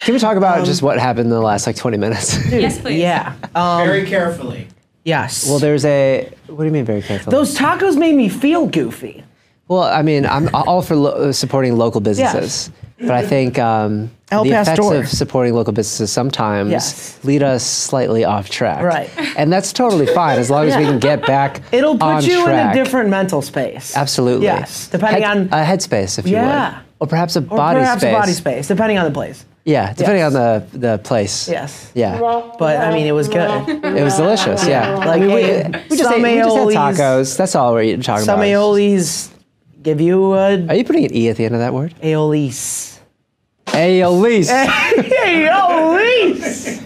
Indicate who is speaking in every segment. Speaker 1: Can we talk
Speaker 2: Um,
Speaker 1: about just what happened in the last like 20 minutes?
Speaker 3: Yes, please.
Speaker 2: Yeah. Um,
Speaker 4: Very carefully.
Speaker 2: yes.
Speaker 1: well, there's a. What do you mean very careful?
Speaker 2: those tacos made me feel goofy.
Speaker 1: well, I mean, I'm all for lo- supporting local businesses, but I think um,
Speaker 2: El
Speaker 1: the
Speaker 2: Pastor.
Speaker 1: effects of supporting local businesses sometimes
Speaker 2: Yes.
Speaker 1: lead us slightly off track.
Speaker 2: Right.
Speaker 1: And that's totally fine as long as we can get back.
Speaker 2: It'll put
Speaker 1: on
Speaker 2: you
Speaker 1: track.
Speaker 2: in a different mental space.
Speaker 1: Absolutely.
Speaker 2: Yes, depending on-
Speaker 1: a headspace, if you would,
Speaker 2: Yeah.
Speaker 1: or perhaps a
Speaker 2: Or
Speaker 1: body
Speaker 2: perhaps
Speaker 1: space.
Speaker 2: body space, depending on the place.
Speaker 1: Yeah, depending on
Speaker 2: Yes.
Speaker 1: the the place.
Speaker 2: Yes.
Speaker 1: Yeah.
Speaker 2: But I mean, it was good.
Speaker 1: It was delicious. Yeah.
Speaker 2: Like,
Speaker 1: we, we
Speaker 2: hey,
Speaker 1: just ate, we just had
Speaker 2: some aioli's-
Speaker 1: tacos. That's all we're eating, talking
Speaker 2: Some
Speaker 1: about.
Speaker 2: aiolis give you a
Speaker 1: Are you putting an e at the end of that word?
Speaker 2: aiolis.
Speaker 1: Aiolis.
Speaker 2: Eh. Aiolis!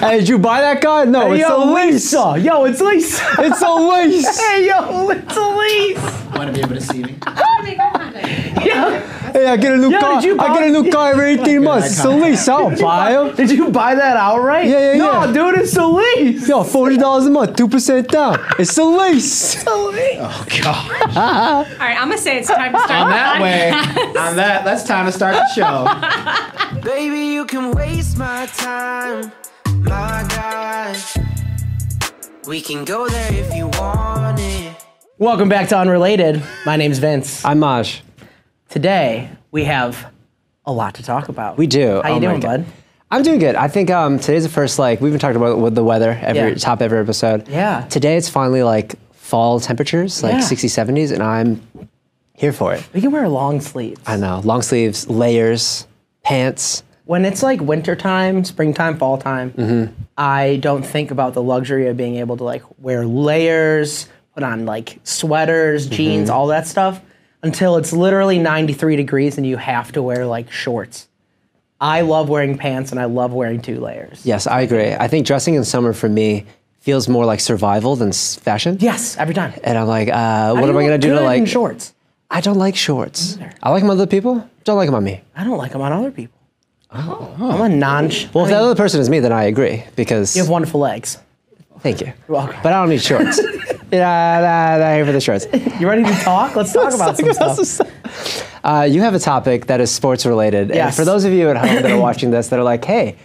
Speaker 1: Hey, did you buy that guy? No, it's a lease.
Speaker 2: Aiolis! Yo, it's Lisa.
Speaker 1: It's a lease.
Speaker 2: Hey, yo, it's Elise.
Speaker 4: Want to be able to see me?
Speaker 3: Oh my God.
Speaker 2: Yeah.
Speaker 1: Hey, I get a new
Speaker 2: Yeah,
Speaker 1: car.
Speaker 2: did you
Speaker 1: I
Speaker 2: buy-
Speaker 1: get a new car every 18 months. It's a lease. I'll buy him.
Speaker 2: Did you buy that outright?
Speaker 1: Yeah, yeah,
Speaker 2: no,
Speaker 1: yeah.
Speaker 2: dude, it's Elise.
Speaker 1: Yo, $40 a month, 2% down. It's a lease.
Speaker 4: Oh God!
Speaker 3: All right, I'm gonna say it's time to start.
Speaker 1: Oh,
Speaker 4: On that
Speaker 3: the
Speaker 4: way,
Speaker 3: podcast.
Speaker 4: on that, that's time to start the show.
Speaker 5: Baby, you can waste my time, my gosh. We can go there if you want it.
Speaker 2: Welcome back to Unrelated. My name's Vince.
Speaker 1: I'm Maj.
Speaker 2: Today, we have a lot to talk about.
Speaker 1: We do.
Speaker 2: How
Speaker 1: Oh
Speaker 2: you
Speaker 1: my
Speaker 2: doing,
Speaker 1: God.
Speaker 2: bud?
Speaker 1: I'm doing good. I think um, today's the first like we've been talking about with the weather every
Speaker 2: Yeah.
Speaker 1: top every episode.
Speaker 2: Yeah.
Speaker 1: Today it's finally like fall temperatures, like
Speaker 2: Yeah.
Speaker 1: 60s, 70s, and I'm here for it.
Speaker 2: We can wear long sleeves.
Speaker 1: I know uh, long sleeves, layers, pants.
Speaker 2: when it's like wintertime, springtime, fall time,
Speaker 1: Mm-hmm.
Speaker 2: I don't think about the luxury of being able to like wear layers, put on like sweaters,
Speaker 1: Mm-hmm.
Speaker 2: jeans, all that stuff until it's literally 93 degrees and you have to wear like shorts. I love wearing pants and I love wearing two layers.
Speaker 1: Yes, I agree. I think dressing in summer for me feels more like survival than s- fashion.
Speaker 2: Yes, every time.
Speaker 1: And I'm like, uh, what
Speaker 2: You
Speaker 1: am I
Speaker 2: look
Speaker 1: gonna do to
Speaker 2: good in
Speaker 1: like?
Speaker 2: shorts?
Speaker 1: I don't like shorts. I like them on other people. Don't like them on me.
Speaker 2: I don't like them on other people. I'm a
Speaker 1: Oh. Well,
Speaker 2: non. I
Speaker 1: if
Speaker 2: mean,
Speaker 1: that other person is me, then I agree because
Speaker 2: you have wonderful legs.
Speaker 1: thank you.
Speaker 2: welcome.
Speaker 1: But I don't need shorts. yeah, nah, nah, here for the shorts.
Speaker 2: You ready to talk? Let's talk about some stuff.
Speaker 1: Uh, you have a topic that is sports related. And
Speaker 2: Yes.
Speaker 1: for those of you at home that are watching this that are like, hey,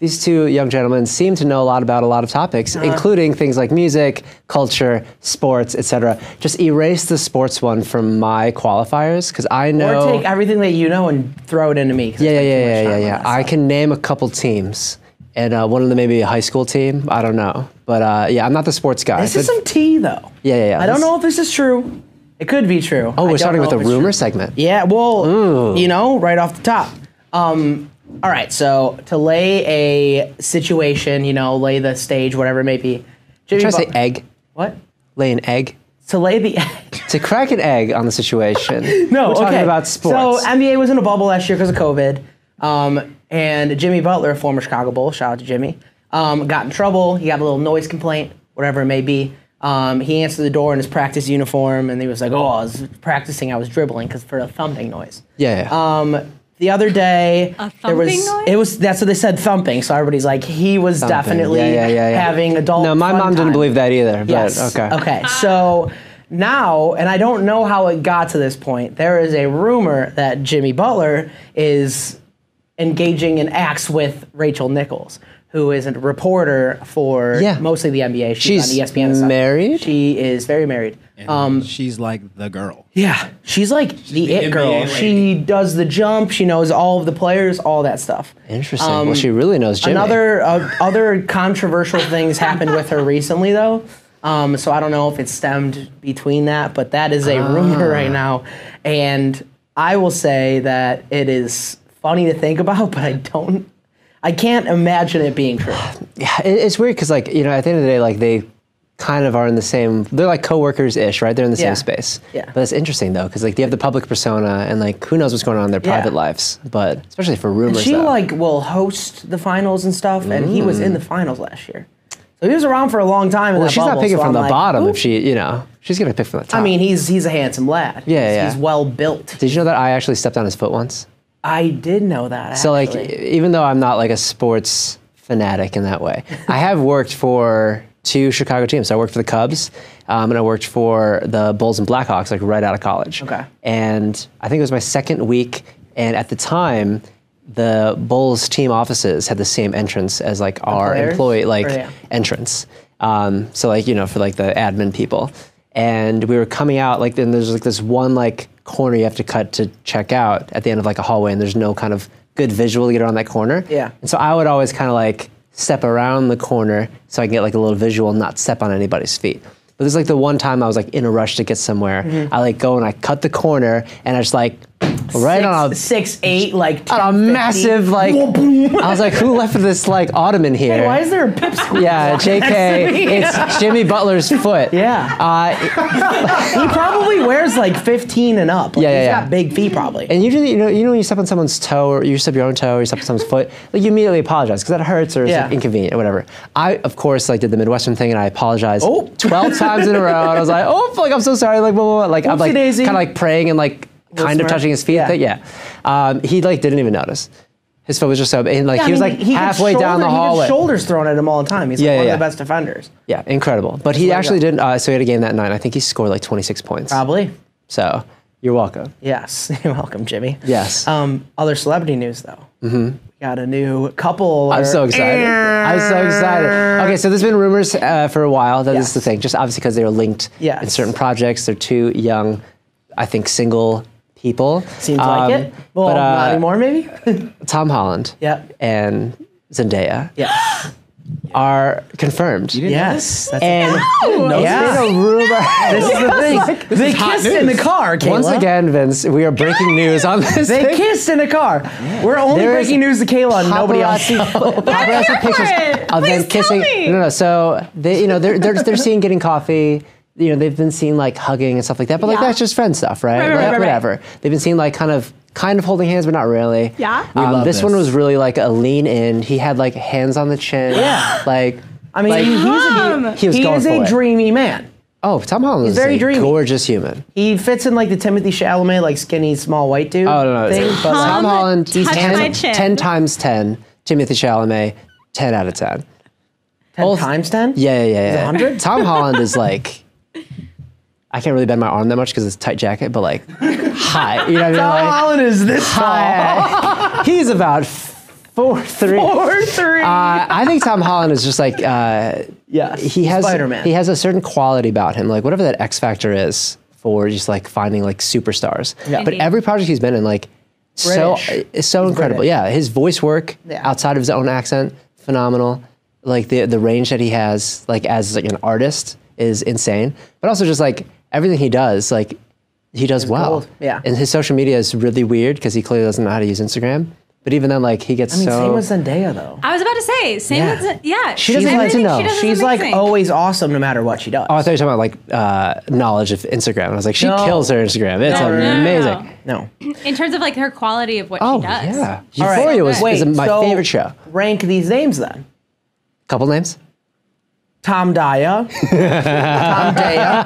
Speaker 1: these two young gentlemen seem to know a lot about a lot of topics,
Speaker 2: Uh-huh.
Speaker 1: including things like music, culture, sports, etc. Just erase the sports one from my qualifiers because I know.
Speaker 2: Or take everything that you know and throw it into me. 'cause I
Speaker 1: yeah, yeah,
Speaker 2: spent too
Speaker 1: yeah, yeah,
Speaker 2: much
Speaker 1: yeah,
Speaker 2: time on
Speaker 1: yeah.
Speaker 2: that
Speaker 1: I
Speaker 2: stuff.
Speaker 1: can name a couple teams, and uh, one of them maybe a high school team. I don't know, but uh, yeah, I'm not the sports guy.
Speaker 2: This is
Speaker 1: but-
Speaker 2: some tea, though.
Speaker 1: Yeah, yeah, yeah.
Speaker 2: I don't
Speaker 1: This-
Speaker 2: know if this is true. It could be true.
Speaker 1: oh, we're starting with a rumor segment.
Speaker 2: Yeah, well, you know, right off the top. Um, all right, so to lay a situation, you know, lay the stage, whatever it may be. Jimmy
Speaker 1: Try to say
Speaker 2: Bu-
Speaker 1: egg,
Speaker 2: What?
Speaker 1: lay an egg.
Speaker 2: To lay the
Speaker 1: to crack an egg on the situation.
Speaker 2: no,
Speaker 1: we're
Speaker 2: okay.
Speaker 1: talking about sports.
Speaker 2: So NBA was in a bubble last year because of COVID, um, and Jimmy Butler, former Chicago Bull, shout out to Jimmy, um, got in trouble. He got a little noise complaint, whatever it may be. Um, he answered the door in his practice uniform, and he was like, "Oh, I was practicing. I was dribbling because for a thumping noise."
Speaker 1: yeah, yeah.
Speaker 2: Um, the other day,
Speaker 3: A
Speaker 2: there was
Speaker 3: thumping noise?
Speaker 2: it was that's what they said thumping. So everybody's like, he was
Speaker 1: Something.
Speaker 2: definitely
Speaker 1: Yeah, yeah, yeah, yeah.
Speaker 2: having adult.
Speaker 1: No, my
Speaker 2: fun
Speaker 1: mom didn't
Speaker 2: time.
Speaker 1: believe that either. But
Speaker 2: Yes.
Speaker 1: okay.
Speaker 2: Okay. So now, and I don't know how it got to this point, there is a rumor that Jimmy Butler is engaging in acts with Rachel Nichols, who is a reporter for
Speaker 1: Yeah.
Speaker 2: mostly the NBA.
Speaker 1: She's
Speaker 2: on E ESPN. and stuff.
Speaker 1: married?
Speaker 2: She is very married.
Speaker 4: Um, she's like the girl.
Speaker 2: Yeah, she's like the,
Speaker 4: the
Speaker 2: it
Speaker 4: NBA
Speaker 2: girl.
Speaker 4: lady.
Speaker 2: She does the jump. She knows all of the players, all that stuff.
Speaker 1: Interesting. well, she really knows Jimmy.
Speaker 2: Um, Another uh, other controversial things happened with her recently, though. Um, so I don't know if it stemmed between that, but that is a
Speaker 1: Ah.
Speaker 2: rumor right now, and I will say that it is funny to think about, but I don't. I can't imagine it being true.
Speaker 1: It- it's weird because, like, you know, at the end of the day, like they kind of are in the same. They're like coworkers ish, right? They're in the same
Speaker 2: Yeah.
Speaker 1: space.
Speaker 2: Yeah.
Speaker 1: But it's interesting though, because like they have the public persona, and like who knows what's going on in their
Speaker 2: Yeah.
Speaker 1: private lives. But especially for rumors,
Speaker 2: She
Speaker 1: though.
Speaker 2: like will host the finals and stuff, and he was in the finals last year, so he was around for a long
Speaker 1: Mm.
Speaker 2: time. In
Speaker 1: well,
Speaker 2: that
Speaker 1: she's not
Speaker 2: bubble,
Speaker 1: picking
Speaker 2: so
Speaker 1: from
Speaker 2: I'm
Speaker 1: the
Speaker 2: like,
Speaker 1: bottom
Speaker 2: "Ooh."
Speaker 1: if she, you know, she's gonna pick from the top.
Speaker 2: I mean, he's he's a handsome lad.
Speaker 1: Yeah,
Speaker 2: he's,
Speaker 1: yeah.
Speaker 2: He's well built.
Speaker 1: did you know that I actually stepped on his foot once?
Speaker 2: I did know that.
Speaker 1: So like,
Speaker 2: actually.
Speaker 1: even though I'm not like a sports fanatic in that way, I have worked for two Chicago teams. I worked for the Cubs, um, and I worked for the Bulls and Blackhawks, like right out of college.
Speaker 2: Okay.
Speaker 1: And I think it was my second week, and at the time, the Bulls team offices had the same entrance as like our
Speaker 2: players?
Speaker 1: employee like
Speaker 2: Or, yeah.
Speaker 1: entrance. Um, so like you know for like the admin people, and we were coming out like then there's like this one like corner you have to cut to check out at the end of like a hallway, and there's no kind of good visual to get around that corner.
Speaker 2: Yeah.
Speaker 1: And so I would always kind of like step around the corner so I can get like a little visual and not step on anybody's feet. But this is like the one time I was like in a rush to get somewhere. I like go and I cut the corner and I just like right
Speaker 2: Mm-hmm. six,
Speaker 1: on a
Speaker 2: six eight like
Speaker 1: on a
Speaker 2: 10,
Speaker 1: massive
Speaker 2: 50.
Speaker 1: like I was like, who left this like ottoman here?
Speaker 2: Why is there a pipsqueak?
Speaker 1: yeah, JK, it's Jimmy Butler's foot.
Speaker 2: Yeah.
Speaker 1: Uh,
Speaker 2: he probably wears like 15 and up. Like,
Speaker 1: Yeah, yeah,
Speaker 2: he's
Speaker 1: yeah.
Speaker 2: got big feet probably.
Speaker 1: and usually, you know, you know, when you step on someone's toe or you step your own toe or you step on someone's foot, like you immediately apologize because that hurts or it's
Speaker 2: Yeah.
Speaker 1: like, inconvenient or whatever. I, of course, like did the Midwestern thing and I apologized
Speaker 2: Oh.
Speaker 1: 12 times in a row. And I was like, oh, like I'm so sorry. Like, blah, blah, blah. Like, I'm like kind
Speaker 2: Whoopsie-daisy.
Speaker 1: of like praying and like kind of
Speaker 2: smart.
Speaker 1: touching his feet.
Speaker 2: Yeah.
Speaker 1: That, yeah. Um, he like didn't even notice. His foot was just so, and like
Speaker 2: Yeah, I
Speaker 1: he was
Speaker 2: mean,
Speaker 1: like
Speaker 2: gets
Speaker 1: halfway down
Speaker 2: shoulder-
Speaker 1: the
Speaker 2: he gets
Speaker 1: hallway.
Speaker 2: shoulders thrown at him all the time. He's like
Speaker 1: Yeah,
Speaker 2: one
Speaker 1: yeah,
Speaker 2: of the
Speaker 1: yeah.
Speaker 2: best defenders.
Speaker 1: Yeah, incredible. But he
Speaker 2: let it
Speaker 1: actually
Speaker 2: go.
Speaker 1: didn't. Uh, so he had a game that night. I think he scored like 26 points.
Speaker 2: Probably.
Speaker 1: So you're welcome.
Speaker 2: Yes. You're welcome, Jimmy.
Speaker 1: Yes.
Speaker 2: Um, other celebrity news though. Mm-hmm. We got a new couple.
Speaker 1: I'm
Speaker 2: or-
Speaker 1: so excited. I'm so excited. Okay, so there's been rumors uh, for a while that this is the
Speaker 2: Yes.
Speaker 1: thing, just obviously because they were linked in
Speaker 2: Yes.
Speaker 1: certain projects. They're two young, I think, single people.
Speaker 2: Seems
Speaker 1: Um,
Speaker 2: like it. Well,
Speaker 1: but, uh,
Speaker 2: not anymore, maybe.
Speaker 1: Tom Holland
Speaker 2: Yep.
Speaker 1: and Zendaya
Speaker 2: yeah.
Speaker 1: are confirmed.
Speaker 2: Yes. That's
Speaker 1: And
Speaker 2: Yeah.
Speaker 1: there's been a rumor.
Speaker 2: This is the thing. they kissed in the car. Kayla.
Speaker 1: Once again, Vince, we are breaking news on this.
Speaker 2: they
Speaker 1: thing.
Speaker 2: kissed in a car. We're only
Speaker 1: There is
Speaker 2: breaking news to Kayla and nobody else.
Speaker 1: paparazzi, paparazzi
Speaker 3: here for
Speaker 1: pictures
Speaker 3: it.
Speaker 1: of them
Speaker 3: Please tell
Speaker 1: kissing.
Speaker 3: me.
Speaker 1: No, no. So they, you know, they're they're they're seen getting coffee. You know, they've been seen like hugging and stuff like that. But like
Speaker 3: Yeah.
Speaker 1: that's just friend stuff, right?
Speaker 3: Right, right,
Speaker 1: like,
Speaker 3: right, right, right.
Speaker 1: whatever. They've been seen like kind of kind of holding hands, but not really.
Speaker 3: Yeah. We
Speaker 1: Um,
Speaker 4: love
Speaker 1: this, one
Speaker 4: this.
Speaker 1: was really like a lean in. He had like hands on the chin.
Speaker 2: Yeah.
Speaker 1: Like.
Speaker 2: I mean,
Speaker 1: like,
Speaker 2: he's a,
Speaker 3: Tom!
Speaker 1: he was
Speaker 2: he
Speaker 1: going
Speaker 2: is
Speaker 1: for
Speaker 2: a
Speaker 1: it.
Speaker 2: dreamy man.
Speaker 1: Oh, Tom Holland is
Speaker 2: very
Speaker 1: a
Speaker 2: dreamy.
Speaker 1: gorgeous human.
Speaker 2: He fits in like the Timothy Chalamet, like skinny, small white dude.
Speaker 1: Oh no, no.
Speaker 2: thing,
Speaker 1: Tom,
Speaker 2: but like,
Speaker 3: Tom
Speaker 1: Holland,
Speaker 3: touched my
Speaker 1: 10,
Speaker 3: chin.
Speaker 1: 10 times ten. Timothy Chalamet, ten out of ten.
Speaker 2: ten
Speaker 1: both-
Speaker 2: times ten.
Speaker 1: Yeah, yeah, yeah. yeah.
Speaker 2: 100?
Speaker 1: Tom Holland is like, I can't really bend my arm that much because it's a tight jacket, but like, high. You know what I mean?
Speaker 2: Tom
Speaker 1: Like,
Speaker 2: Holland is this tall.
Speaker 1: high. He's about four three.
Speaker 2: Or three.
Speaker 1: Uh, I think Tom Holland is just like uh,
Speaker 2: yes.
Speaker 1: he has
Speaker 2: Spider-Man.
Speaker 1: he has a certain quality about him, like whatever that X factor is for just like finding like superstars.
Speaker 2: Yeah. Mm-hmm.
Speaker 1: But every project he's been in, like so uh,
Speaker 2: British.
Speaker 1: it's so incredible.
Speaker 2: British.
Speaker 1: Yeah, his voice work
Speaker 2: Yeah.
Speaker 1: outside of his own accent, phenomenal. Like the the range that he has, like as like an artist, is insane. But also just like everything he does, like he does well.
Speaker 2: gold. Yeah.
Speaker 1: and his social media is really weird because he clearly doesn't know how to use Instagram. But even then, like he gets
Speaker 2: I mean,
Speaker 1: so
Speaker 2: same with Zendaya though.
Speaker 3: I was about to say, same
Speaker 1: Yeah.
Speaker 3: with, yeah.
Speaker 1: She doesn't
Speaker 3: she's
Speaker 1: need to
Speaker 3: amazing.
Speaker 1: know.
Speaker 3: She does
Speaker 2: She's like
Speaker 3: amazing.
Speaker 2: always awesome, no matter what she does.
Speaker 1: Oh, I thought you were talking about like uh, knowledge of Instagram. I was like, she
Speaker 2: No.
Speaker 1: kills her Instagram. It's
Speaker 3: No, no, no, no.
Speaker 1: amazing.
Speaker 2: no.
Speaker 3: In terms of like her quality of what
Speaker 1: Oh
Speaker 3: she does.
Speaker 1: yeah,
Speaker 2: All right.
Speaker 1: Euphoria was
Speaker 2: Wait,
Speaker 1: is my
Speaker 2: so
Speaker 1: favorite show.
Speaker 2: Rank these names then.
Speaker 1: Couple names.
Speaker 2: Tom Daya. Tom Daya.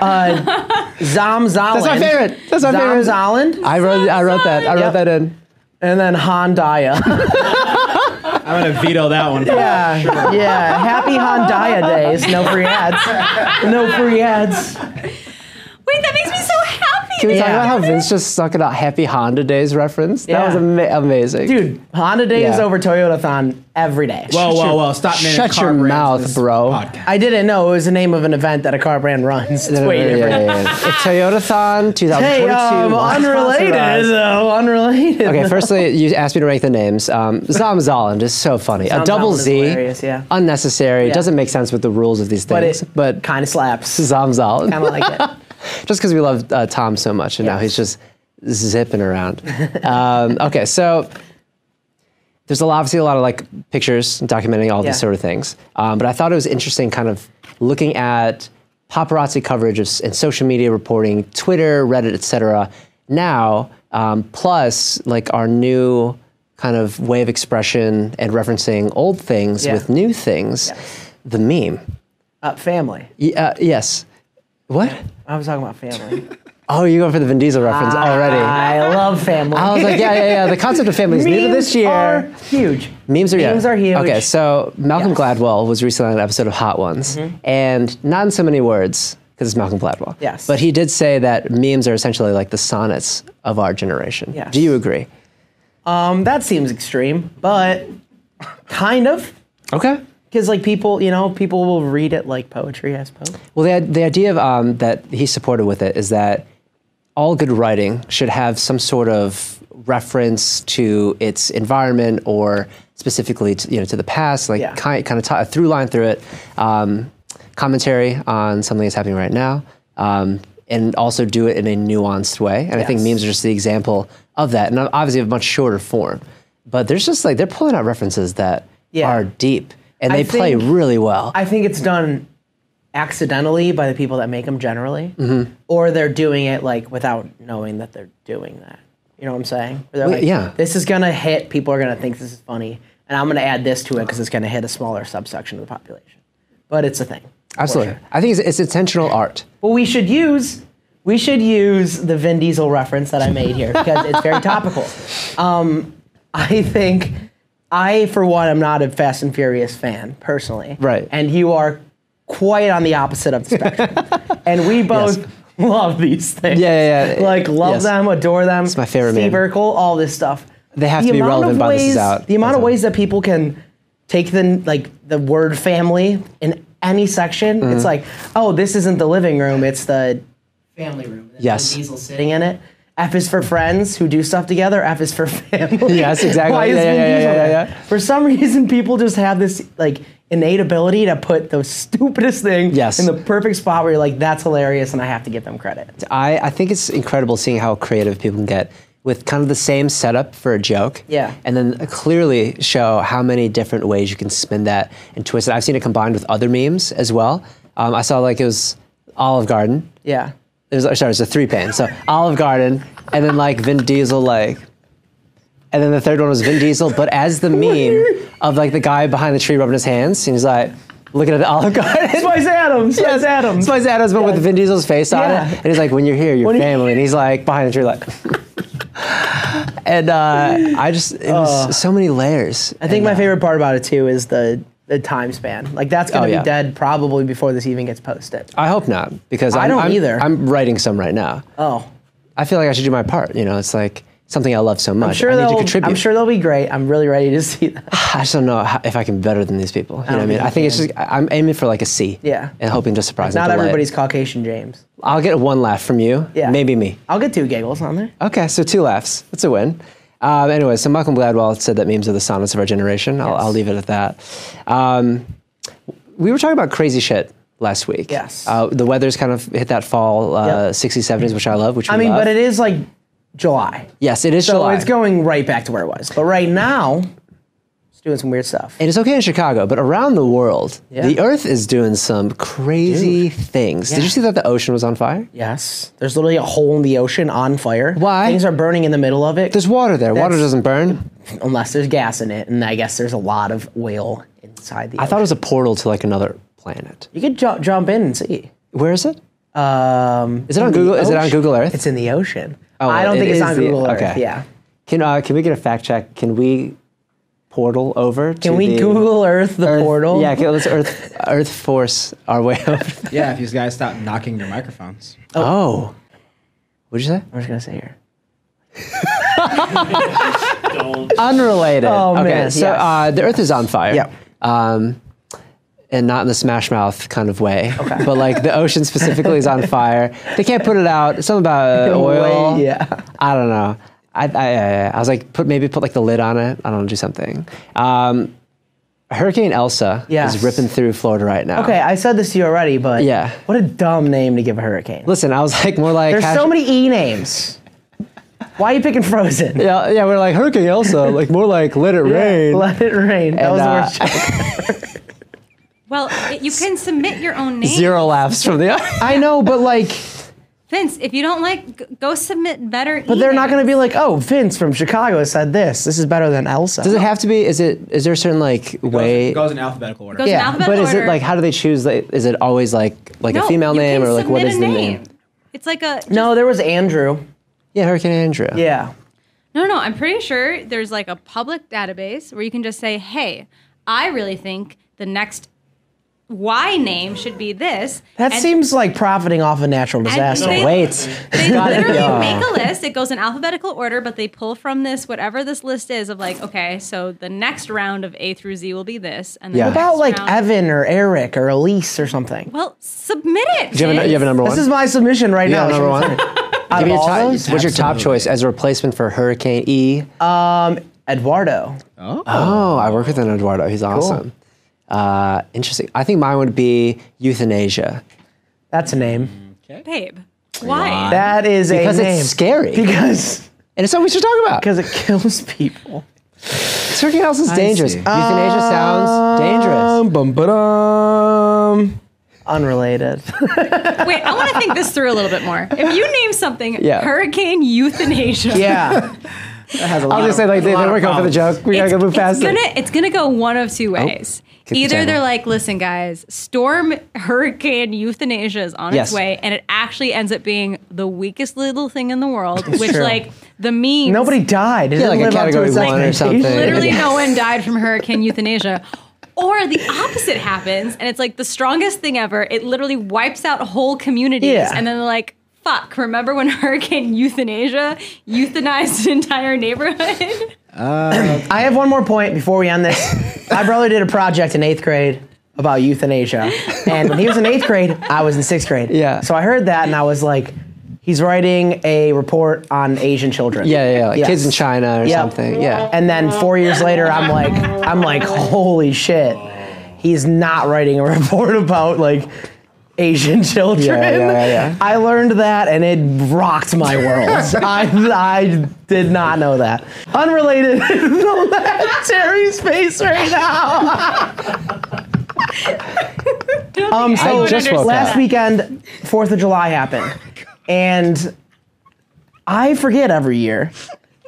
Speaker 2: Uh, Zom Zoland.
Speaker 1: That's my favorite. That's my
Speaker 2: Zom
Speaker 1: favorite.
Speaker 2: Zoland.
Speaker 1: I wrote. I wrote that. I wrote
Speaker 2: Yep.
Speaker 1: that in.
Speaker 2: And then Han Daya.
Speaker 4: I'm gonna veto that one.
Speaker 2: yeah. yeah. Happy Han Daya days. No free ads. No free ads.
Speaker 3: Wait, that makes me so happy.
Speaker 1: Can we talk
Speaker 2: Yeah.
Speaker 1: about how Vince just stuck it out? Happy Honda Days reference. That
Speaker 2: Yeah.
Speaker 1: was ama- amazing,
Speaker 2: Dude, Honda days
Speaker 1: Yeah.
Speaker 2: over Toyota Thon every day.
Speaker 4: Whoa, whoa, whoa! Stop. naming
Speaker 1: shut
Speaker 4: car
Speaker 1: your
Speaker 4: brands
Speaker 1: mouth,
Speaker 4: this
Speaker 1: bro.
Speaker 4: podcast.
Speaker 2: I didn't know it was the name of an event that a car brand runs. It's
Speaker 1: Yeah,
Speaker 2: way
Speaker 1: yeah,
Speaker 2: different.
Speaker 1: yeah, yeah. It's Toyotathon 2022.
Speaker 2: Hey, um,
Speaker 1: Why sponsor
Speaker 2: unrelated.
Speaker 1: us?
Speaker 2: though, unrelated.
Speaker 1: Okay, firstly, you asked me to rank the names. Um, Zom Zoland is so funny.
Speaker 2: Zom
Speaker 1: a double
Speaker 2: Zoland is
Speaker 1: Z,
Speaker 2: hilarious, yeah.
Speaker 1: unnecessary.
Speaker 2: Yeah.
Speaker 1: Doesn't make sense with the rules of these
Speaker 2: but
Speaker 1: things.
Speaker 2: it
Speaker 1: But,
Speaker 2: kind of slaps.
Speaker 1: Zom Zoland.
Speaker 2: Kind of like it.
Speaker 1: just because we love uh, Tom so much, and now he's
Speaker 2: Yes.
Speaker 1: just zipping around. um, okay, so there's a lot, obviously a lot of like pictures documenting all
Speaker 2: Yeah.
Speaker 1: these sort of things, um, but I thought it was interesting, kind of looking at paparazzi coverage of, s- and social media reporting, Twitter, Reddit, etc. Now, um, plus like our new kind of way of expression and referencing old things
Speaker 2: Yeah.
Speaker 1: with new things, the meme.
Speaker 2: Uh, family.
Speaker 1: Y- uh, yes. What?
Speaker 2: I was talking about family.
Speaker 1: Oh, you going for the Vin Diesel reference already.
Speaker 2: I love family.
Speaker 1: I Ah. was like, yeah, yeah, yeah. The concept of family is new this year.
Speaker 2: Are huge.
Speaker 1: memes are yeah.
Speaker 2: memes are huge.
Speaker 1: Okay, so Malcolm
Speaker 2: Yes.
Speaker 1: Gladwell was recently on an episode of Hot Ones, and not in so many words because it's Malcolm Gladwell.
Speaker 2: Yes.
Speaker 1: But he did say that memes are essentially like the sonnets of our generation.
Speaker 2: Yes.
Speaker 1: Do you agree?
Speaker 2: Um, that seems extreme, but kind of.
Speaker 1: Okay.
Speaker 2: Because like people, you know, people will read it like poetry as poetry.
Speaker 1: Well, the, the idea of um, that he supported with it is that all good writing should have some sort of reference to its environment or specifically to, you know to the past, like
Speaker 2: Yeah.
Speaker 1: kind kind of t- a through line through it, um, commentary on something that's happening right now, um, and also do it in a nuanced way. And I think
Speaker 2: Yes.
Speaker 1: memes are just the example of that, and obviously a much shorter form. But there's just like they're pulling out references that
Speaker 2: Yeah.
Speaker 1: are deep, and
Speaker 2: I
Speaker 1: they play
Speaker 2: think-
Speaker 1: really well.
Speaker 2: I think it's done accidentally by the people that make them generally, or they're doing it like without knowing that they're doing that. You know what I'm saying? They're
Speaker 1: Well,
Speaker 2: like,
Speaker 1: yeah.
Speaker 2: This is gonna hit. People are gonna think this is funny, and I'm gonna add this to it because it's gonna hit a smaller subsection of the population. But it's a thing. for
Speaker 1: Absolutely,
Speaker 2: sure.
Speaker 1: I think it's, it's intentional art.
Speaker 2: But we should use we should use the Vin Diesel reference that I made here because it's very topical. Um, I think I, for one, am not a Fast and Furious fan personally.
Speaker 1: Right.
Speaker 2: And you are quite on the opposite of the spectrum. and we both love these things.
Speaker 1: Yeah, yeah, yeah.
Speaker 2: Like love
Speaker 1: Yes.
Speaker 2: them, adore them. It's
Speaker 1: my favorite
Speaker 2: Steve
Speaker 1: man.
Speaker 2: Urkel, all this stuff.
Speaker 1: They have to be
Speaker 2: amount
Speaker 1: relevant
Speaker 2: of
Speaker 1: by this is out.
Speaker 2: The amount
Speaker 1: That's
Speaker 2: of
Speaker 1: all.
Speaker 2: ways that people can take the like the word family in any section.
Speaker 1: Mm-hmm.
Speaker 2: It's like, oh, this isn't the living room; it's the family room. That's
Speaker 1: Yes.
Speaker 2: Vin Diesel sitting in it. F is for friends who do stuff together. F is for family.
Speaker 1: Yes, exactly.
Speaker 2: Why
Speaker 1: Yeah,
Speaker 2: is
Speaker 1: yeah,
Speaker 2: Vin
Speaker 1: yeah,
Speaker 2: Diesel
Speaker 1: yeah,
Speaker 2: there?
Speaker 1: yeah, yeah.
Speaker 2: For some reason, people just have this like innate ability to put the stupidest thing
Speaker 1: Yes.
Speaker 2: in the perfect spot where you're like, that's hilarious, and I have to give them credit.
Speaker 1: I, I think it's incredible seeing how creative people can get with kind of the same setup for a joke.
Speaker 2: Yeah.
Speaker 1: And then clearly show how many different ways you can spin that and twist it. I've seen it combined with other memes as well. Um, I saw like it was Olive Garden.
Speaker 2: Yeah.
Speaker 1: It was, sorry, it's a three pan. So Olive Garden, and then like Vin Diesel, like, and then the third one was Vin Diesel, but as the meme of like the guy behind the tree rubbing his hands, and he's like looking at the Olive Garden.
Speaker 2: Spice Adams. Spice Adams.
Speaker 1: Spice Adams, but with Vin Diesel's face on
Speaker 2: Yeah.
Speaker 1: it. And he's like, when you're here, your
Speaker 2: When you-
Speaker 1: family. And he's like, behind the tree, like. and uh, I just, it was so many layers.
Speaker 2: I think my favorite part about it too is the the time span. Like that's gonna
Speaker 1: Oh,
Speaker 2: be
Speaker 1: yeah.
Speaker 2: dead probably before this even gets posted.
Speaker 1: I hope not, because
Speaker 2: I
Speaker 1: I'm,
Speaker 2: don't
Speaker 1: I'm-
Speaker 2: either.
Speaker 1: I'm writing some right now.
Speaker 2: Oh,
Speaker 1: I feel like I should do my part. You know, it's like something I love so much.
Speaker 2: I'm sure
Speaker 1: I need to
Speaker 2: they'll.
Speaker 1: contribute.
Speaker 2: I'm sure they'll be great. I'm really ready to see that.
Speaker 1: I just don't know how, if I can be better than these people. You know what I
Speaker 2: don't
Speaker 1: mean?
Speaker 2: think
Speaker 1: I think it's
Speaker 2: you
Speaker 1: just, I- I'm aiming for like a C.
Speaker 2: Yeah.
Speaker 1: And hoping to surprise and
Speaker 2: Not
Speaker 1: delight.
Speaker 2: everybody's Caucasian James.
Speaker 1: I'll get one laugh from you.
Speaker 2: Yeah.
Speaker 1: Maybe me.
Speaker 2: I'll get two giggles on there.
Speaker 1: Okay, so two laughs. That's a win. Um, anyway, so Malcolm Gladwell said that memes are the sonnets of our generation. I'll,
Speaker 2: Yes.
Speaker 1: I'll leave it at that. Um, we were talking about crazy shit last week.
Speaker 2: Yes.
Speaker 1: Uh, the weather's kind of hit that fall uh,
Speaker 2: Yep.
Speaker 1: 60s, 70s, which I love, which
Speaker 2: I
Speaker 1: we
Speaker 2: mean,
Speaker 1: love.
Speaker 2: but it is like July,
Speaker 1: Yes, it is
Speaker 2: so
Speaker 1: July.
Speaker 2: it's going right back to where it was. But right now, it's doing some weird stuff.
Speaker 1: and it's okay in Chicago, but around the world,
Speaker 2: Yeah.
Speaker 1: the Earth is doing some crazy things. Did
Speaker 2: Yeah.
Speaker 1: you see that the ocean was on fire?
Speaker 2: yes, there's literally a hole in the ocean on fire.
Speaker 1: Why?
Speaker 2: Things are burning in the middle of it,
Speaker 1: There's water there. water
Speaker 2: That's-
Speaker 1: doesn't burn.
Speaker 2: unless there's gas in it, and I guess there's a lot of oil inside the.
Speaker 1: I thought it was a portal to like another planet.
Speaker 2: you could ju- jump in and see.
Speaker 1: Where is it?
Speaker 2: Um,
Speaker 1: Is it on
Speaker 2: in the
Speaker 1: Google? Is it on
Speaker 2: ocean.
Speaker 1: Google Earth?
Speaker 2: It's in the ocean.
Speaker 1: well,
Speaker 2: I don't
Speaker 1: it
Speaker 2: think it's
Speaker 1: is
Speaker 2: on
Speaker 1: the-
Speaker 2: Google Earth.
Speaker 1: okay.
Speaker 2: Yeah.
Speaker 1: Can uh, can we get a fact check? Can we portal over?
Speaker 2: Can we Google Earth the portal?
Speaker 1: Yeah, can, let's Earth Earth force our way over.
Speaker 4: Yeah, if you guys stop knocking your microphones.
Speaker 1: Oh. what'd you say?
Speaker 2: I'm just gonna say here.
Speaker 1: Unrelated.
Speaker 2: Oh,
Speaker 1: okay,
Speaker 2: man,
Speaker 1: so
Speaker 2: yes.
Speaker 1: uh, the Earth is on fire.
Speaker 2: Yep.
Speaker 1: Um, and not in the Smash Mouth kind of way, okay. but like the ocean specifically is on fire. They can't put it out. Something about uh, oil.
Speaker 2: Wait, yeah.
Speaker 1: I don't know. I, I, I, I was like, put maybe put like the lid on it. I don't know, do something. Um, Hurricane Elsa
Speaker 2: Yes.
Speaker 1: is ripping through Florida right now.
Speaker 2: Okay, I said this to you already, but
Speaker 1: Oh. Yeah.
Speaker 2: what a dumb name to give a hurricane.
Speaker 1: Listen, I was like, more like
Speaker 2: There's
Speaker 1: hash-
Speaker 2: so many e names. Why are you picking Frozen?
Speaker 1: Yeah, yeah, we're like Hurricane Elsa, like more like let it rain.
Speaker 2: Let it rain. That
Speaker 1: And,
Speaker 2: was the
Speaker 1: uh,
Speaker 2: worst. joke.
Speaker 3: Well, it, you can submit your own name.
Speaker 1: Zero laughs from the.
Speaker 2: I know, but like,
Speaker 3: Vince, if you don't like, g- go submit better.
Speaker 2: but they're not gonna be like, oh, Vince from Chicago said this. This is better than Elsa.
Speaker 1: Does it have to be? Is it? Is there a certain like way?
Speaker 4: It goes in alphabetical order.
Speaker 3: Goes in
Speaker 2: Yeah,
Speaker 3: alphabetical
Speaker 1: but is it
Speaker 3: order.
Speaker 1: like how do they choose? Like, is it always like like
Speaker 3: No,
Speaker 1: a female
Speaker 3: you
Speaker 1: name
Speaker 3: can
Speaker 1: or like what
Speaker 3: submit
Speaker 1: is
Speaker 3: a
Speaker 1: the name?
Speaker 3: It's like a
Speaker 2: no, there was Andrew.
Speaker 1: Yeah, Hurricane Andrew.
Speaker 2: Yeah.
Speaker 3: No, no, I'm pretty sure there's like a public database where you can just say, hey, I really think the next Y name should be this.
Speaker 2: That
Speaker 3: and
Speaker 2: seems like profiting off a natural disaster.
Speaker 3: they-
Speaker 1: Wait,
Speaker 3: They
Speaker 1: it's gotta be.
Speaker 3: literally
Speaker 1: uh,
Speaker 3: make a list. It goes in alphabetical order, but they pull from this whatever this list is of like, okay, so the next round of A through Z will be this, and then
Speaker 1: Yeah.
Speaker 3: the
Speaker 1: What
Speaker 2: How about like
Speaker 3: next round-
Speaker 2: Evan or Eric or Elise or something?
Speaker 3: Well, submit it.
Speaker 1: Do you have a, you have a number one?
Speaker 2: This is my submission right
Speaker 1: yeah,
Speaker 2: now.
Speaker 1: number one. Give
Speaker 2: Out of
Speaker 1: me your
Speaker 2: all
Speaker 1: top-
Speaker 2: those?
Speaker 1: what's your top
Speaker 4: Absolutely.
Speaker 1: choice as a replacement for Hurricane E?
Speaker 2: Eduardo.
Speaker 4: Uh,
Speaker 1: Oh, I work with an Eduardo. He's awesome. Uh, interesting. I think mine would be euthanasia
Speaker 2: That's a name.
Speaker 3: babe. Why?
Speaker 2: That is
Speaker 1: because
Speaker 2: a name.
Speaker 1: it's scary
Speaker 2: Because
Speaker 1: and it's something we should talk about.
Speaker 2: because it kills people.
Speaker 1: Something else is dangerous.
Speaker 4: see.
Speaker 1: Euthanasia sounds dangerous.
Speaker 2: bum bum. Unrelated.
Speaker 3: Wait, I want to think this through a little bit more. If you name something
Speaker 1: Yeah.
Speaker 3: hurricane euthanasia,
Speaker 2: yeah.
Speaker 1: I'll
Speaker 2: Um,
Speaker 1: just say like they, they were going for the joke. We gotta
Speaker 3: it's,
Speaker 1: go move
Speaker 3: it's
Speaker 1: past
Speaker 3: gonna
Speaker 1: it.
Speaker 3: it's gonna go one of two ways.
Speaker 1: Keep the
Speaker 3: Either
Speaker 1: channel.
Speaker 3: they're like, listen, guys, storm hurricane euthanasia is on
Speaker 1: Yes.
Speaker 3: its way, and it actually ends up being the weakest little thing in the world, which
Speaker 2: true.
Speaker 3: like the memes.
Speaker 2: Nobody died. It didn't
Speaker 1: like a
Speaker 2: live up to
Speaker 1: category
Speaker 2: its
Speaker 1: one or something.
Speaker 2: expectations.
Speaker 3: Literally, no one died from hurricane euthanasia. Or the opposite happens, and it's like the strongest thing ever. It literally wipes out whole communities,
Speaker 2: Yeah.
Speaker 3: and then they're like, "Fuck! Remember when Hurricane Euthanasia euthanized an entire neighborhood?"
Speaker 2: I have one more point before we end this. My brother did a project in eighth grade about euthanasia. And when he was in eighth grade, I was in sixth grade.
Speaker 1: Yeah.
Speaker 2: So I heard that and I was like, he's writing a report on Asian children.
Speaker 1: Yeah, yeah, yeah. Like
Speaker 2: Yes.
Speaker 1: Kids in China or
Speaker 2: Yep.
Speaker 1: something. Yeah.
Speaker 2: And then four years later, I'm like, I'm like, holy shit. He's not writing a report about like Asian children.
Speaker 1: Yeah, yeah, yeah.
Speaker 2: I learned that and it rocked my world. I, I did not know that. Unrelated, look at Terry's face right now. Um, so
Speaker 1: I just woke
Speaker 2: last
Speaker 1: up.
Speaker 2: weekend, Fourth of July happened, and I forget every year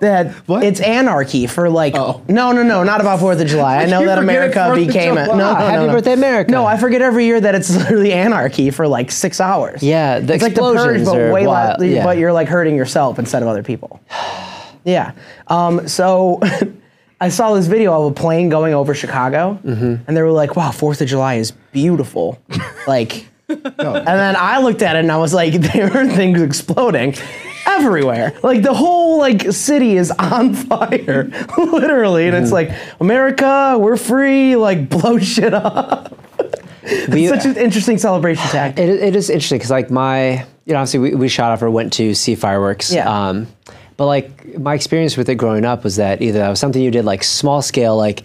Speaker 2: that
Speaker 4: What?
Speaker 2: it's anarchy for like.
Speaker 4: Oh.
Speaker 2: No, no, no, not about Fourth of July. I know
Speaker 4: You
Speaker 2: that
Speaker 4: forget
Speaker 2: America
Speaker 4: Fourth of
Speaker 2: became it. No,
Speaker 4: July.
Speaker 2: no,
Speaker 1: Oh, Happy
Speaker 2: no, no.
Speaker 1: birthday, America.
Speaker 2: No, I forget every year that it's literally anarchy for like six hours.
Speaker 1: Yeah, the
Speaker 2: it's like the purge,
Speaker 1: explosions
Speaker 2: but
Speaker 1: are
Speaker 2: way
Speaker 1: wild,
Speaker 2: li-
Speaker 1: yeah.
Speaker 2: but you're like hurting yourself instead of other people. Yeah. Um, so I saw this video of a plane going over Chicago,
Speaker 1: Mm-hmm.
Speaker 2: and they were like, "Wow, Fourth of July is beautiful." like, and then I looked at it and I was like, "There are things exploding." Everywhere, like the whole like city is on fire, literally, and it's
Speaker 1: Mm-hmm.
Speaker 2: like America, we're free, like blow shit up.
Speaker 1: Be-
Speaker 2: Such an interesting celebration tactic.
Speaker 1: It, it is interesting because like my you know obviously we, we shot off or went to see fireworks
Speaker 2: Yeah.
Speaker 1: um but like my experience with it growing up was that either that was something you did like small scale like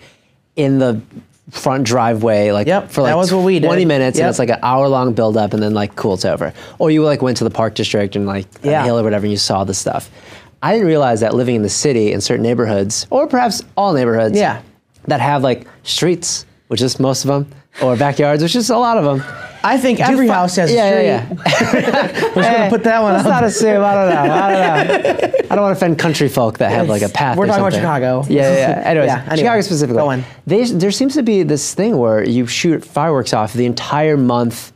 Speaker 1: in the front driveway like
Speaker 2: Yep,
Speaker 1: for like
Speaker 2: that was what we did.
Speaker 1: 20 minutes
Speaker 2: Yep.
Speaker 1: and it's like an hour long build up and then like cool it's over or you like went to the park district and like the
Speaker 2: Yeah.
Speaker 1: hill or whatever and you saw the stuff i didn't realize that living in the city in certain neighborhoods or perhaps all neighborhoods
Speaker 2: Yeah.
Speaker 1: that have like streets which is most of them or backyards which is a lot of them
Speaker 2: I think every
Speaker 1: fi-
Speaker 2: house has
Speaker 1: yeah,
Speaker 2: a street.
Speaker 1: yeah, yeah.
Speaker 2: We're just gonna put that one
Speaker 1: Let's
Speaker 2: up.
Speaker 1: not assume. I don't know. I don't know. I don't want to offend country folk that have like a path.
Speaker 2: We're
Speaker 1: or
Speaker 2: talking about
Speaker 1: something.
Speaker 2: Chicago.
Speaker 1: Yeah, yeah. yeah. Anyways,
Speaker 2: Yeah, anyway.
Speaker 1: Chicago specifically.
Speaker 2: Go on.
Speaker 1: They, there seems to be this thing where you shoot fireworks off the entire month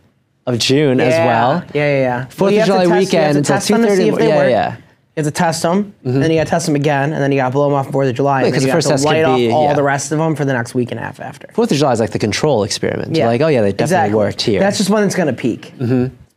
Speaker 1: of June as
Speaker 2: Yeah.
Speaker 1: well.
Speaker 2: Yeah, yeah, yeah.
Speaker 1: Fourth of July weekend until
Speaker 2: test them
Speaker 1: two
Speaker 2: to
Speaker 1: thirty.
Speaker 2: see if they
Speaker 1: Yeah,
Speaker 2: work.
Speaker 1: yeah.
Speaker 2: You have to test them, and then you got to test them again, and then you got to blow them off Fourth of
Speaker 1: Mm-hmm.
Speaker 2: July,
Speaker 1: Wait,
Speaker 2: and then
Speaker 1: 'cause
Speaker 2: you
Speaker 1: the
Speaker 2: have
Speaker 1: first
Speaker 2: to
Speaker 1: test could
Speaker 2: light off
Speaker 1: be-
Speaker 2: all
Speaker 1: yeah.
Speaker 2: the rest of them for the next week and a half after.
Speaker 1: Fourth of July is like the control experiment.
Speaker 2: Yeah.
Speaker 1: Like, oh yeah, they definitely
Speaker 2: Exactly.
Speaker 1: worked here. Mm-hmm.
Speaker 2: That's just when it's gonna peak.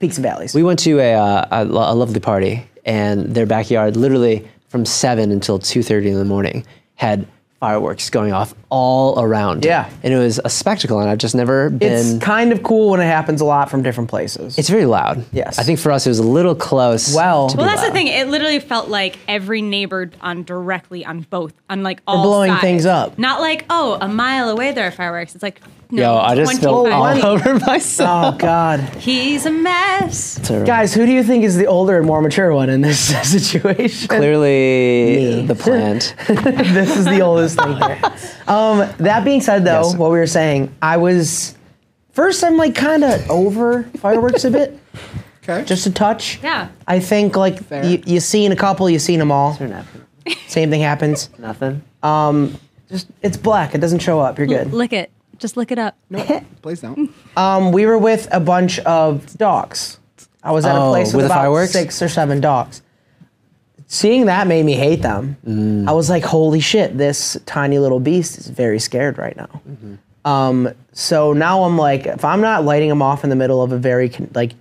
Speaker 2: Peaks and valleys.
Speaker 1: we went to a, uh, a, lo- a lovely party, and their backyard, literally from seven until two thirty in the morning, had fireworks going off all around.
Speaker 2: Yeah.
Speaker 1: and it was a spectacle, and I've just never been.
Speaker 2: it's kind of cool when it happens a lot from different places.
Speaker 1: It's very loud.
Speaker 2: Yes.
Speaker 1: I think for us it was a little close.
Speaker 2: Well-
Speaker 1: to be
Speaker 3: Well, that's the
Speaker 1: loud.
Speaker 3: thing. It literally felt like every neighbor on directly on both, on like all
Speaker 2: blowing
Speaker 3: sides.
Speaker 2: things up.
Speaker 3: Not like oh, a mile away there are fireworks. It's like no,
Speaker 1: Yo, I just spilled
Speaker 3: 25.
Speaker 1: all over myself.
Speaker 2: oh God,
Speaker 3: He's a mess.
Speaker 2: guys, who do you think is the older and more mature one in this situation?
Speaker 1: clearly
Speaker 2: Me.
Speaker 1: the plant.
Speaker 2: this is the oldest thing here. Um, that being said, though,
Speaker 1: Yes.
Speaker 2: what we were saying, I was first. I'm like kind of over fireworks a bit,
Speaker 4: Okay.
Speaker 2: just a touch.
Speaker 3: Yeah.
Speaker 2: I think like you, you seen a couple, you seen them all. Same thing happens.
Speaker 1: Nothing.
Speaker 2: Just it's black. It doesn't show up. You're good.
Speaker 3: Lick it. Just lick it up.
Speaker 4: please don't.
Speaker 2: Um, we were with a bunch of dogs. I was at
Speaker 1: Oh,
Speaker 2: a place with,
Speaker 1: with the
Speaker 2: about
Speaker 1: fireworks?
Speaker 2: six or seven dogs. Seeing that made me hate
Speaker 1: Mm. Mm-hmm.
Speaker 2: them. I was like, holy shit, this tiny little beast is very scared right now. Um, so now I'm like, if I'm not lighting them off in the middle of a very con- like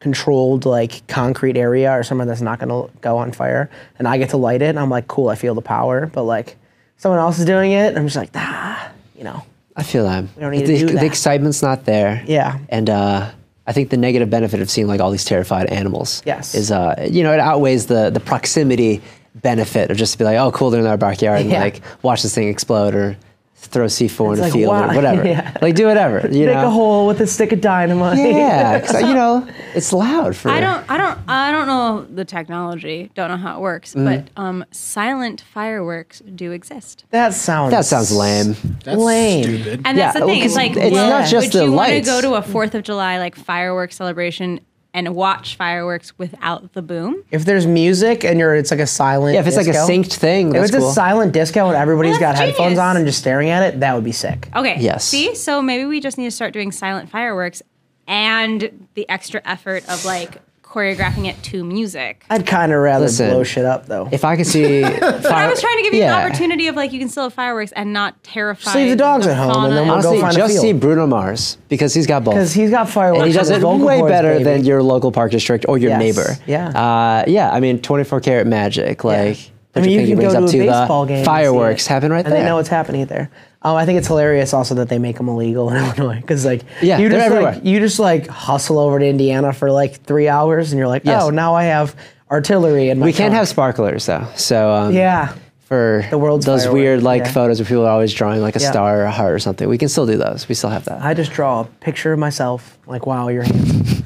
Speaker 2: controlled like concrete area or somewhere that's not gonna go on fire, and I get to light it, and I'm like, cool, I feel the power. But like, someone else is doing it, I'm just like, ah, you know.
Speaker 1: I feel that.
Speaker 2: don't need
Speaker 1: the,
Speaker 2: to do
Speaker 1: the
Speaker 2: that.
Speaker 1: excitement's not there.
Speaker 2: Yeah.
Speaker 1: And uh, I think the negative benefit of seeing like all these terrified animals
Speaker 2: Yes.
Speaker 1: is uh, you know, it outweighs the the proximity benefit of just to be like, oh cool, they're in our backyard and
Speaker 2: Yeah.
Speaker 1: like watch this thing explode or throw C4 in a
Speaker 2: like,
Speaker 1: field
Speaker 2: wow.
Speaker 1: or whatever.
Speaker 2: Yeah.
Speaker 1: Like do whatever. You
Speaker 2: Make
Speaker 1: know?
Speaker 2: a hole with a stick of dynamite.
Speaker 1: Yeah. 'cause, you know, it's loud for
Speaker 3: I don't, I don't, I don't know the technology. Don't know how it works,
Speaker 1: Mm.
Speaker 3: but um, silent fireworks do exist.
Speaker 2: that sounds.
Speaker 1: that sounds lame.
Speaker 4: That's
Speaker 2: Lame.
Speaker 4: stupid.
Speaker 3: And that's
Speaker 1: Yeah,
Speaker 3: the
Speaker 1: well,
Speaker 3: thing. It's
Speaker 1: 'cause
Speaker 3: like,
Speaker 1: it's
Speaker 3: well,
Speaker 1: not just
Speaker 3: would
Speaker 1: the
Speaker 3: you want to
Speaker 1: lights.
Speaker 3: go to a Fourth of July like fireworks celebration and watch fireworks without the boom?
Speaker 2: If there's music and you're, it's like a silent.
Speaker 1: Yeah, if it's like a
Speaker 2: disco.
Speaker 1: synced thing,
Speaker 2: If
Speaker 1: that's
Speaker 2: it's
Speaker 1: cool.
Speaker 2: a silent disco and everybody's
Speaker 3: Well,
Speaker 2: got
Speaker 3: that's
Speaker 2: headphones
Speaker 3: genius.
Speaker 2: on and just staring at it, that would be sick.
Speaker 3: Okay.
Speaker 1: Yes.
Speaker 3: See, so maybe we just need to start doing silent fireworks and the extra effort of like choreographing it to music.
Speaker 2: I'd kind of rather
Speaker 1: Listen,
Speaker 2: blow shit up though.
Speaker 1: if I could see But
Speaker 3: I
Speaker 2: Uh,
Speaker 3: was trying to give you an opportunity of like you can still have fireworks and not terrify.
Speaker 2: Just leave the dogs at home and
Speaker 3: fauna.
Speaker 2: then we'll go
Speaker 1: Honestly,
Speaker 2: find a
Speaker 1: just
Speaker 2: field.
Speaker 1: see Bruno Mars because he's got both.
Speaker 2: Because he's got fireworks.
Speaker 1: and he
Speaker 2: on
Speaker 1: does
Speaker 2: his
Speaker 1: it
Speaker 2: vocal
Speaker 1: way
Speaker 2: cords,
Speaker 1: better
Speaker 2: baby.
Speaker 1: than your local park district or your
Speaker 2: Yes,
Speaker 1: neighbor.
Speaker 2: yeah.
Speaker 1: Uh, yeah. I mean, 24 karat magic. Like,
Speaker 2: I mean,
Speaker 1: Patrick
Speaker 2: you
Speaker 1: Pinky
Speaker 2: can
Speaker 1: brings
Speaker 2: go to
Speaker 1: up
Speaker 2: a baseball
Speaker 1: the
Speaker 2: game. and see
Speaker 1: Fireworks
Speaker 2: it.
Speaker 1: happen right
Speaker 2: and
Speaker 1: there.
Speaker 2: They know what's happening there. Um, I think it's hilarious also that they make them illegal in Illinois because like
Speaker 1: Yeah,
Speaker 2: you
Speaker 1: they're
Speaker 2: just
Speaker 1: everywhere.
Speaker 2: like you just like hustle over to Indiana for like three hours and you're like
Speaker 1: Yes.
Speaker 2: oh now I have artillery and
Speaker 1: we can't have sparklers though. So um,
Speaker 2: yeah
Speaker 1: for the
Speaker 2: world's
Speaker 1: those
Speaker 2: firework,
Speaker 1: weird like
Speaker 2: yeah.
Speaker 1: photos where people are always drawing like a
Speaker 2: Yeah.
Speaker 1: star or a heart or something, we can still do those. We still have that.
Speaker 2: I just draw a picture of myself like wow you're handsome.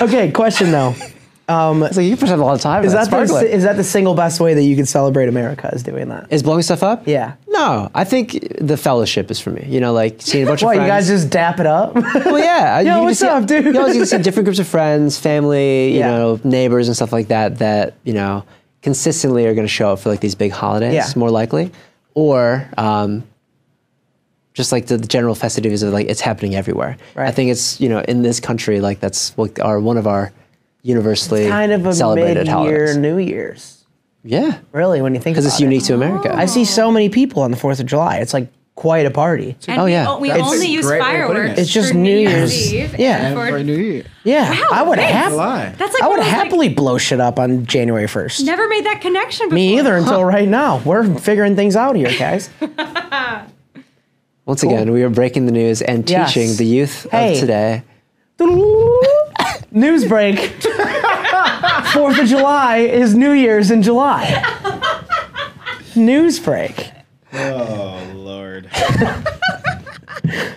Speaker 2: okay question though
Speaker 1: It's like you can spend a lot of time.
Speaker 2: is that the,
Speaker 1: sparkler?
Speaker 2: si- is that the single best way that you can celebrate America is doing that
Speaker 1: Is blowing stuff up?
Speaker 2: Yeah.
Speaker 1: No, I think the fellowship is for me. You know, like seeing a bunch of
Speaker 2: Why you
Speaker 1: friends.
Speaker 2: guys just dap it up?
Speaker 1: well, yeah.
Speaker 2: Yo,
Speaker 1: you can
Speaker 2: what's
Speaker 1: just
Speaker 2: up,
Speaker 1: see,
Speaker 2: dude?
Speaker 1: You always get to see different groups of friends, family, you
Speaker 2: Yeah.
Speaker 1: know, neighbors and stuff like that that, you know, consistently are going to show up for like these big holidays,
Speaker 2: Yeah.
Speaker 1: more likely. Or um, just like the, the general festivities of like it's happening everywhere. I
Speaker 2: Right.
Speaker 1: think it's, you know, in this country, like that's what our one of our universally
Speaker 2: kind of a
Speaker 1: celebrated
Speaker 2: mid-year
Speaker 1: holidays.
Speaker 2: New Year's,
Speaker 1: yeah.
Speaker 2: really. When you think
Speaker 1: Because
Speaker 2: about
Speaker 1: it's
Speaker 2: it.
Speaker 1: unique to America.
Speaker 2: I see so many people on the Fourth of July. It's like quite a party.
Speaker 3: And
Speaker 1: Oh,
Speaker 3: we-
Speaker 1: yeah.
Speaker 3: we
Speaker 4: That's
Speaker 3: only
Speaker 4: a
Speaker 3: use
Speaker 4: great way of putting
Speaker 3: fireworks.
Speaker 4: it.
Speaker 2: It's just
Speaker 3: for
Speaker 2: New Year's.
Speaker 3: Eve
Speaker 2: Yeah.
Speaker 3: and
Speaker 4: And
Speaker 3: for-
Speaker 4: for New Year.
Speaker 2: Yeah,
Speaker 3: Wow,
Speaker 2: I would
Speaker 3: thanks.
Speaker 2: hap-
Speaker 4: July.
Speaker 3: That's like
Speaker 2: I
Speaker 3: one
Speaker 2: would
Speaker 3: of those, like,
Speaker 2: happily blow shit up on January first.
Speaker 3: never made that connection before.
Speaker 2: Me either until right now. We're figuring things out here, guys.
Speaker 1: Once again, we are breaking the news and
Speaker 2: Yes.
Speaker 1: teaching the youth
Speaker 2: Hey.
Speaker 1: of today.
Speaker 2: News break. Fourth of July is New Year's in July. News break.
Speaker 4: Oh Lord.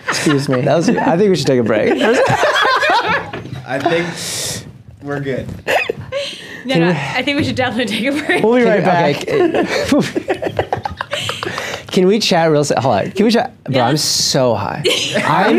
Speaker 2: Excuse me.
Speaker 1: That was, I think we should take a break.
Speaker 4: I think we're good.
Speaker 3: No, no, I think we should definitely take a break.
Speaker 2: We'll be right back.
Speaker 1: Can we chat real quick? Hold on. Can we chat? Bro,
Speaker 3: Yeah.
Speaker 1: I'm so high. I'm,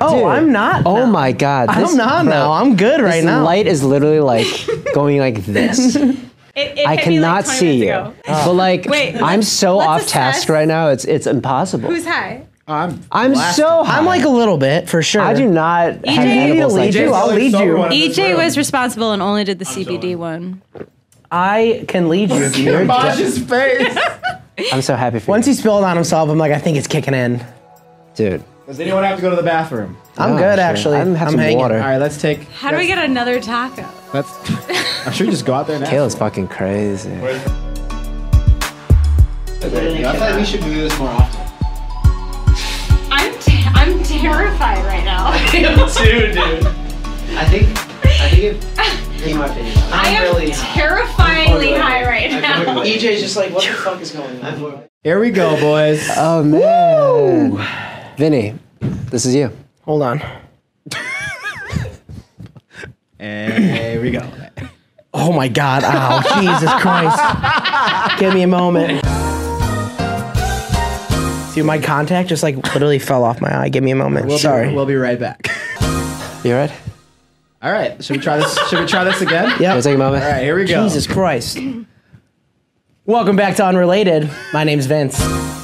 Speaker 2: Oh,
Speaker 1: dude.
Speaker 2: I'm not.
Speaker 1: Oh
Speaker 2: now.
Speaker 1: my god.
Speaker 2: I'm not
Speaker 1: bro,
Speaker 2: now. I'm good right
Speaker 1: this
Speaker 2: now.
Speaker 1: light is literally like going like this.
Speaker 3: It, it
Speaker 1: I
Speaker 3: hit me,
Speaker 1: cannot
Speaker 3: like 20
Speaker 1: see
Speaker 3: minutes
Speaker 1: you.
Speaker 3: ago.
Speaker 1: But like
Speaker 3: Oh. Wait,
Speaker 1: I'm so
Speaker 3: let's
Speaker 1: off
Speaker 3: assess.
Speaker 1: task right now. It's it's impossible.
Speaker 3: Who's high?
Speaker 4: I'm.
Speaker 1: I'm so high.
Speaker 2: I'm like a little bit for sure.
Speaker 1: I do not have
Speaker 3: E you need to
Speaker 1: edibles like
Speaker 2: lead you.
Speaker 1: this.
Speaker 2: I'll lead you.
Speaker 3: EJ E was responsible and only did the CBD
Speaker 4: sorry.
Speaker 3: one.
Speaker 2: I can lead you if you're done.
Speaker 4: Bosh's face.
Speaker 1: I'm so happy for
Speaker 2: Once he
Speaker 1: you.
Speaker 2: spilled on himself, I'm like, I think it's kicking in.
Speaker 1: Dude.
Speaker 4: Does anyone have to go to the bathroom?
Speaker 2: I'm
Speaker 1: No,
Speaker 2: good
Speaker 1: actually.
Speaker 2: actually.
Speaker 1: I'm gonna have
Speaker 2: I'm
Speaker 1: some
Speaker 2: hanging.
Speaker 1: water.
Speaker 4: All right, let's take.
Speaker 3: How do we get another taco?
Speaker 4: Let's. I'm sure you just go out there now.
Speaker 1: Kale is fucking crazy.
Speaker 4: I thought we should do this more often.
Speaker 3: I'm t- I'm terrified right now.
Speaker 4: Dude, dude.
Speaker 1: I think I think it in my opinion.
Speaker 3: I am
Speaker 1: Oh,
Speaker 3: terrifyingly high right now.
Speaker 1: EJ's just like, what the fuck is going on?
Speaker 4: Here we go, boys.
Speaker 1: Oh man. Vinny, this is you.
Speaker 2: Hold on.
Speaker 4: and here we go.
Speaker 2: Oh my God! Ow! Jesus Christ! Give me a moment. Dude, my contact just like literally fell off my eye. Give me a moment.
Speaker 4: We'll
Speaker 2: Sorry.
Speaker 4: Be, we'll be right back.
Speaker 1: You alright?
Speaker 4: All right. Should we try this? Should we try this again?
Speaker 1: Can I
Speaker 2: yep.
Speaker 1: take a moment?
Speaker 4: All right. Here we go.
Speaker 2: Jesus Christ. Welcome back to Unrelated. My name's Vince.